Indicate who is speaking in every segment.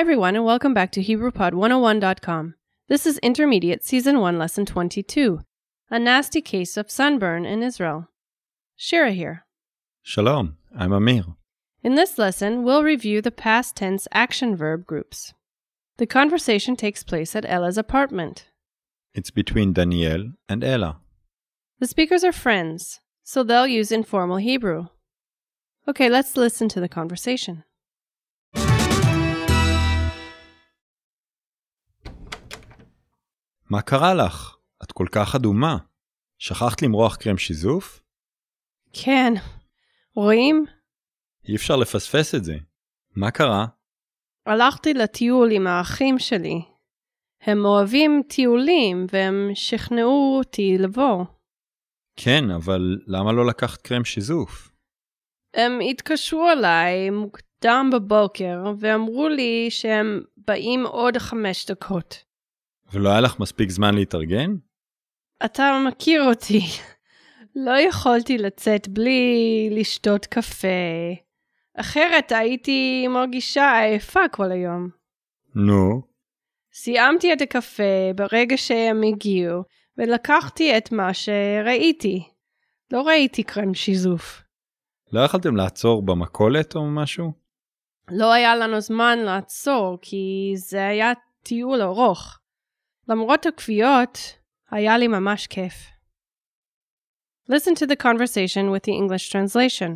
Speaker 1: everyone, and welcome back to HebrewPod101.com. This is Intermediate Season 1, Lesson 22 A Nasty Case of Sunburn in Israel. Shira here.
Speaker 2: Shalom, I'm Amir.
Speaker 1: In this lesson, we'll review the past tense action verb groups. The conversation takes place at Ella's apartment.
Speaker 2: It's between Daniel and Ella.
Speaker 1: The speakers are friends, so they'll use informal Hebrew. Okay, let's listen to the conversation.
Speaker 2: מה קרה לך? את כל כך אדומה. שכחת למרוח קרם שיזוף?
Speaker 1: כן, רואים?
Speaker 2: אי אפשר לפספס את זה. מה קרה?
Speaker 1: הלכתי לטיול עם האחים שלי. הם אוהבים טיולים והם שכנעו אותי לבוא.
Speaker 2: כן, אבל למה לא לקחת קרם שיזוף?
Speaker 1: הם התקשרו אליי מוקדם בבוקר ואמרו לי שהם באים עוד חמש דקות.
Speaker 2: ולא היה לך מספיק זמן להתארגן?
Speaker 1: אתה מכיר אותי. לא יכולתי לצאת בלי לשתות קפה. אחרת הייתי מרגישה עייפה כל היום.
Speaker 2: נו,
Speaker 1: סיימתי את הקפה ברגע שהם הגיעו, ולקחתי את מה שראיתי. לא ראיתי קרם שיזוף.
Speaker 2: לא יכלתם לעצור במכולת או משהו?
Speaker 1: לא היה לנו זמן לעצור, כי זה היה טיול ארוך. למרות הכוויות, היה לי ממש כיף. Listen to the conversation with the English translation.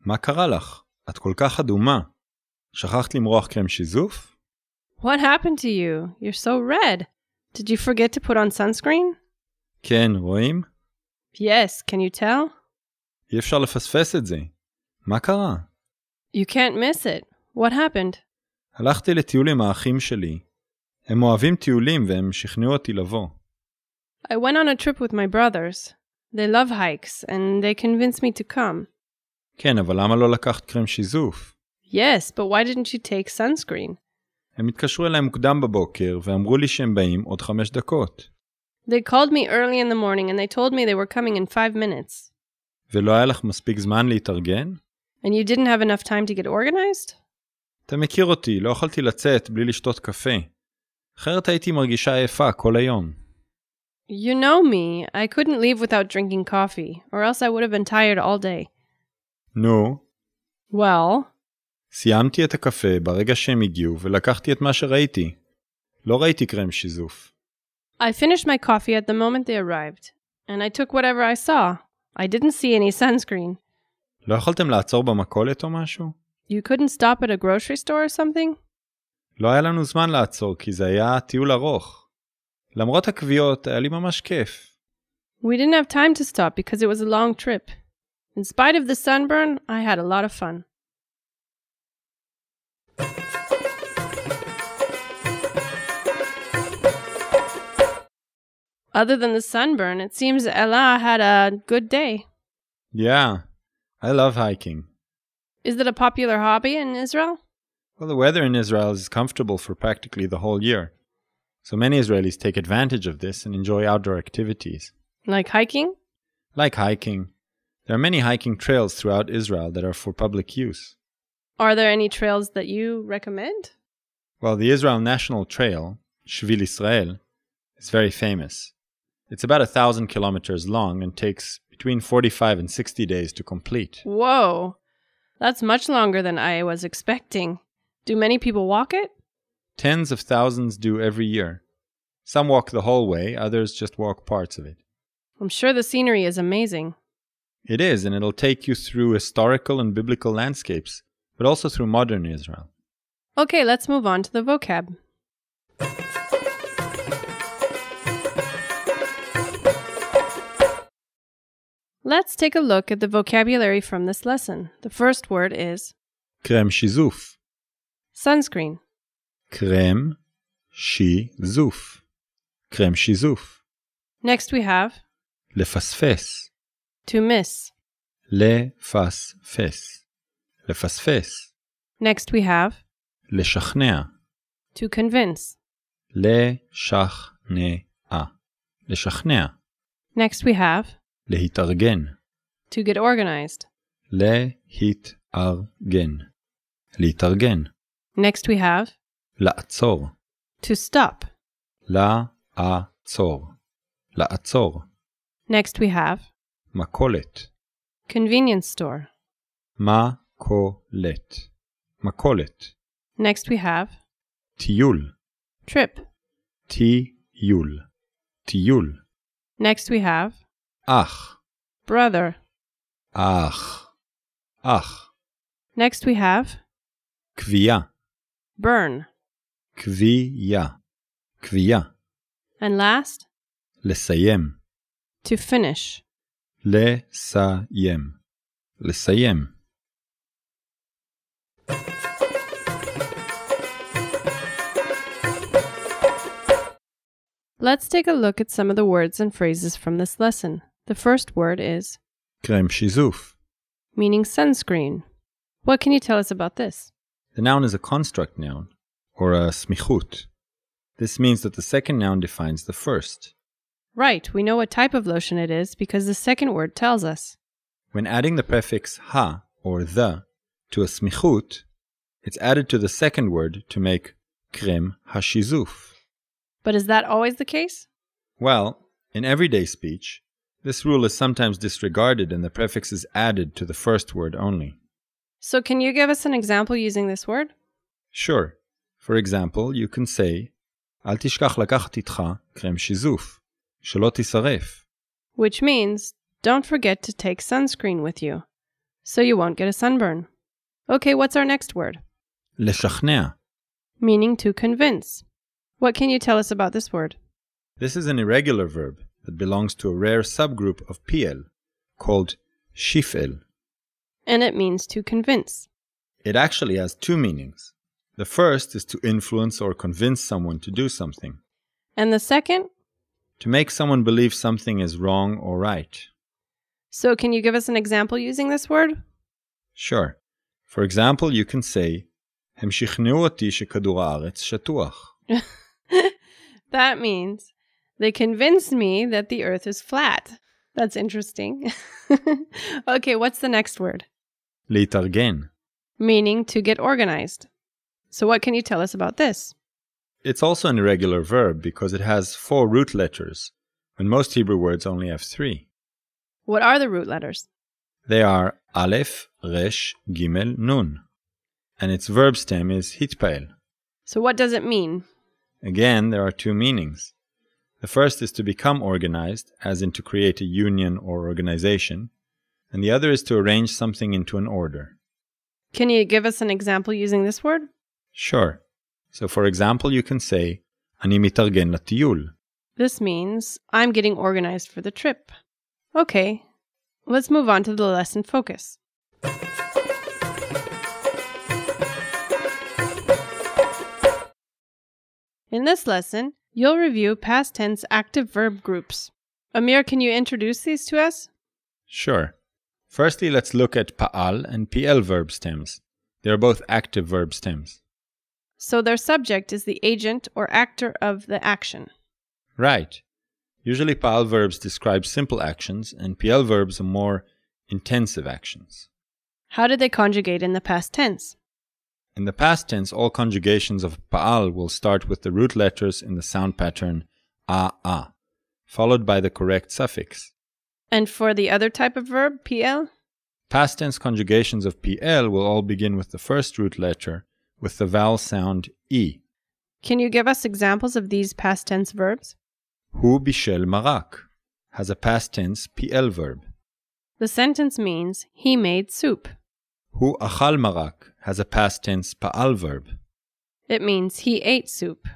Speaker 2: מה קרה לך? את כל כך אדומה. שכחת למרוח קרם שיזוף?
Speaker 1: What happened to you? You're so red. Did you forget to put on sunscreen?
Speaker 2: כן, רואים?
Speaker 1: Yes, can you tell?
Speaker 2: אי אפשר לפספס את זה. מה קרה?
Speaker 1: You can't miss it. What happened?
Speaker 2: הלכתי לטיול עם האחים שלי. הם אוהבים טיולים והם שכנעו אותי לבוא.
Speaker 1: I went on a trip with my brothers. They love hikes and they convinced me to come.
Speaker 2: כן, אבל למה לא לקחת קרם שיזוף?
Speaker 1: Yes, but why didn't you take sunscreen?
Speaker 2: הם התקשרו אליי מוקדם בבוקר ואמרו לי שהם באים עוד חמש דקות.
Speaker 1: They called me early in the morning and they told me they were coming in five minutes.
Speaker 2: ולא היה לך מספיק זמן להתארגן?
Speaker 1: And you didn't have enough time to get organized?
Speaker 2: אתה מכיר אותי, לא יכולתי לצאת בלי לשתות קפה. אחרת הייתי מרגישה עייפה כל היום.
Speaker 1: You know me. I couldn't leave without drinking coffee, or else I would have been tired all day.
Speaker 2: נו,
Speaker 1: Well,
Speaker 2: סיימתי את הקפה ברגע שהם הגיעו ולקחתי את מה שראיתי. לא ראיתי קרם שיזוף.
Speaker 1: I finished my coffee at the moment they arrived, and I took whatever I saw. I didn't see any sunscreen.
Speaker 2: לא יכולתם לעצור במכולת או משהו?
Speaker 1: You couldn't stop at a grocery store or something?
Speaker 2: לא היה לנו זמן לעצור כי זה היה טיול ארוך. למרות הכוויות, היה לי ממש כיף.
Speaker 1: We didn't have time to stop because it was a long trip. In spite of the sunburn, I had a lot of fun. Other than the sunburn, it seems Ella had a good day.
Speaker 2: Yeah, I love hiking.
Speaker 1: Is that a popular hobby in Israel?
Speaker 2: Well, the weather in Israel is comfortable for practically the whole year. So many Israelis take advantage of this and enjoy outdoor activities,
Speaker 1: Like hiking?
Speaker 2: like hiking. There are many hiking trails throughout Israel that are for public use.
Speaker 1: Are there any trails that you recommend?
Speaker 2: Well, the Israel National Trail, Shvil Israel, is very famous. It's about a thousand kilometers long and takes between 45 and 60 days to complete.
Speaker 1: Whoa, that's much longer than I was expecting. Do many people walk it?
Speaker 2: Tens of thousands do every year. Some walk the whole way, others just walk parts of it.
Speaker 1: I'm sure the scenery is amazing.
Speaker 2: It is, and it'll take you through historical and biblical landscapes, but also through modern Israel.
Speaker 1: Okay, let's move on to the vocab. Let's take a look at the vocabulary from this lesson. The first word is
Speaker 2: Krem Shizuf.
Speaker 1: sunscreen,
Speaker 2: Krem Shizuf. Krem Shizuf.
Speaker 1: Next, we have
Speaker 2: לפספס.
Speaker 1: to miss.
Speaker 2: לפספס. לפספס.
Speaker 1: Next, we have
Speaker 2: לשכנע.
Speaker 1: to convince.
Speaker 2: לשכנע. לשכנע.
Speaker 1: Next, we have
Speaker 2: להתארגן.
Speaker 1: to get organized.
Speaker 2: להתארגן. להתארגן.
Speaker 1: Next we have
Speaker 2: לעצור,
Speaker 1: to stop.
Speaker 2: לעצור, לעצור,
Speaker 1: Next we have
Speaker 2: מכולת,
Speaker 1: convenience store.
Speaker 2: מכולת, מכולת,
Speaker 1: Next we have
Speaker 2: טיול,
Speaker 1: trip.
Speaker 2: טיול, טיול,
Speaker 1: Next we have
Speaker 2: אח,
Speaker 1: brother.
Speaker 2: אח, אח,
Speaker 1: Next we have
Speaker 2: כוויה,
Speaker 1: burn.
Speaker 2: כוויה, כוויה,
Speaker 1: And last,
Speaker 2: לסיים,
Speaker 1: to finish.
Speaker 2: לסיים, לסיים.
Speaker 1: Let's take a look at some of the words and phrases from this lesson. The first word is
Speaker 2: קרם שיזוף.
Speaker 1: meaning sunscreen. What can you tell us about this?
Speaker 2: The noun is a construct noun, or a smichut. This means that the second noun defines the first.
Speaker 1: Right, we know what type of lotion it is because the second word tells us.
Speaker 2: When adding the prefix ha or the to a smichut, it's added to the second word to make krem hashizuf.
Speaker 1: But is that always the case?
Speaker 2: Well, in everyday speech, this rule is sometimes disregarded and the prefix is added to the first word only.
Speaker 1: So, can you give us an example using this word?
Speaker 2: Sure. For example, you can say, אל תשכח לקחת איתך קרם שיזוף, שלא תישרף.
Speaker 1: Which means, don't forget to take sunscreen with you, so you won't get a sunburn. Okay, what's our next word?
Speaker 2: לשכנע.
Speaker 1: Meaning to convince. What can you tell us about this word?
Speaker 2: This is an irregular verb that belongs to a rare subgroup of PL called shifel.
Speaker 1: And it means to convince.
Speaker 2: It actually has two meanings. The first is to influence or convince someone to do something,
Speaker 1: And the second?
Speaker 2: to make someone believe something is wrong or right.
Speaker 1: So, can you give us an example using this word?
Speaker 2: Sure. For example, you can say, הם שכנעו אותי שכדור הארץ שטוח.
Speaker 1: that means they convinced me that the earth is flat. That's interesting. okay, what's the next word?
Speaker 2: להתארגן.
Speaker 1: Meaning to get organized. So, what can you tell us about this?
Speaker 2: It's also an irregular verb because it has four root letters, when most Hebrew words only have three.
Speaker 1: What are the root letters?
Speaker 2: They are Aleph, Resh, Gimel, Nun. And its verb stem is hitpael.
Speaker 1: So, what does it mean?
Speaker 2: Again, there are two meanings. The first is to become organized, as in to create a union or organization, and the other is to arrange something into an order.
Speaker 1: Can you give us an example using this word?
Speaker 2: Sure. So, for example, you can say, אני מתארגן לטיול.
Speaker 1: This means I'm getting organized for the trip. Okay, let's move on to the lesson focus. In this lesson, you'll review past tense active verb groups. Amir, can you introduce these to us?
Speaker 2: Sure. Firstly, let's look at pa'al and pl verb stems. They are both active verb stems.
Speaker 1: So, their subject is the agent or actor of the action.
Speaker 2: Right. Usually, pa'al verbs describe simple actions, and pl verbs are more intensive actions.
Speaker 1: How do they conjugate in the past tense?
Speaker 2: In the past tense, all conjugations of pa'al will start with the root letters in the sound pattern a a, followed by the correct suffix.
Speaker 1: And for the other type of verb, PL?
Speaker 2: Past tense conjugations of pl will all begin with the first root letter with the vowel sound e.
Speaker 1: Can you give us examples of these past tense verbs?
Speaker 2: Hu bishel marak has a past tense pl verb.
Speaker 1: The sentence means he made soup.
Speaker 2: Hu achal marak has a past tense pa'al verb.
Speaker 1: It means he ate soup.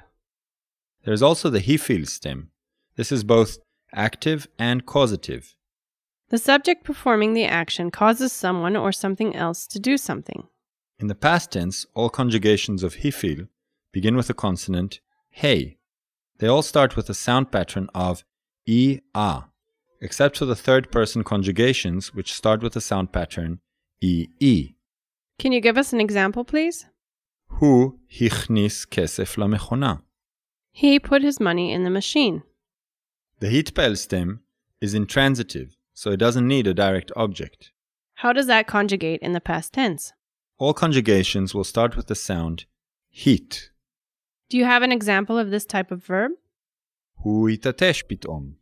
Speaker 2: There is also the hifil stem. This is both active and causative.
Speaker 1: The subject performing the action causes someone or something else to do something.
Speaker 2: In the past tense, all conjugations of hifil begin with the consonant hey. They all start with the sound pattern of e a, except for the third person conjugations which start with the sound pattern e e.
Speaker 1: Can you give us an example, please?
Speaker 2: Hu hichnis kesef la mechona.
Speaker 1: He put his money in the machine.
Speaker 2: The hitpel stem is intransitive, so it doesn't need a direct object.
Speaker 1: How does that conjugate in the past tense?
Speaker 2: All conjugations will start with the sound heat.
Speaker 1: Do you have an example of this type of verb?
Speaker 2: הוא התעטש פתאום.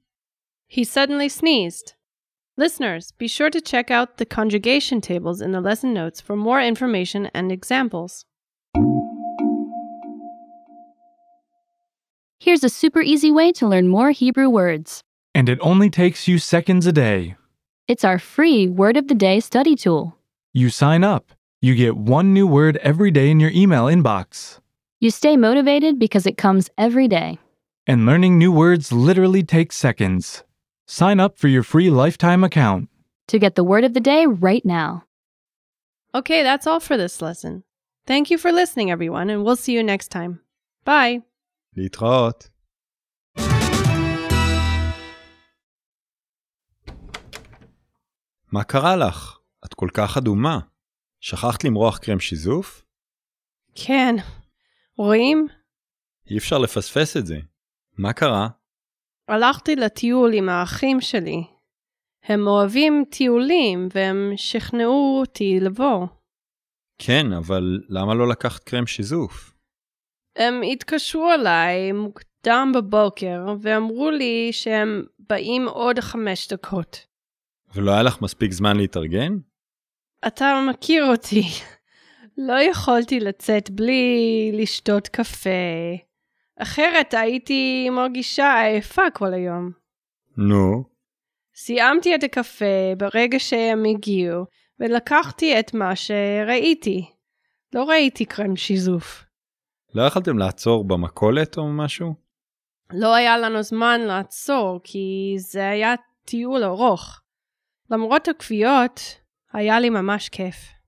Speaker 1: He suddenly sneezed. Listeners, be sure to check out the conjugation tables in the lesson notes for more information and examples.
Speaker 3: Here's a super easy way to learn more Hebrew words.
Speaker 4: And it only takes you seconds a day.
Speaker 3: It's our free Word of the Day study tool.
Speaker 4: You sign up. You get one new word every day in your email inbox.
Speaker 3: You stay motivated because it comes every day.
Speaker 4: And learning new words literally takes seconds. Sign up for your free lifetime account.
Speaker 3: To get the Word of the Day right now.
Speaker 1: Okay, that's all for this lesson. Thank you for listening, everyone, and we'll see you next time. Bye.
Speaker 2: להתראות. מה קרה לך? את כל כך אדומה. שכחת למרוח קרם שיזוף?
Speaker 1: כן. רואים?
Speaker 2: אי אפשר לפספס את זה. מה קרה?
Speaker 1: הלכתי לטיול עם האחים שלי. הם אוהבים טיולים והם שכנעו אותי לבוא.
Speaker 2: כן, אבל למה לא לקחת קרם שיזוף?
Speaker 1: הם התקשרו אליי מוקדם בבוקר ואמרו לי שהם באים עוד חמש דקות.
Speaker 2: ולא היה לך מספיק זמן להתארגן?
Speaker 1: אתה מכיר אותי. לא יכולתי לצאת בלי לשתות קפה. אחרת הייתי מרגישה עייפה כל היום.
Speaker 2: נו,
Speaker 1: סיימתי את הקפה ברגע שהם הגיעו, ולקחתי את מה שראיתי. לא ראיתי קרם שיזוף.
Speaker 2: לא יכלתם לעצור במכולת או משהו?
Speaker 1: לא היה לנו זמן לעצור, כי זה היה טיול ארוך. למרות הכוויות, היה לי ממש כיף.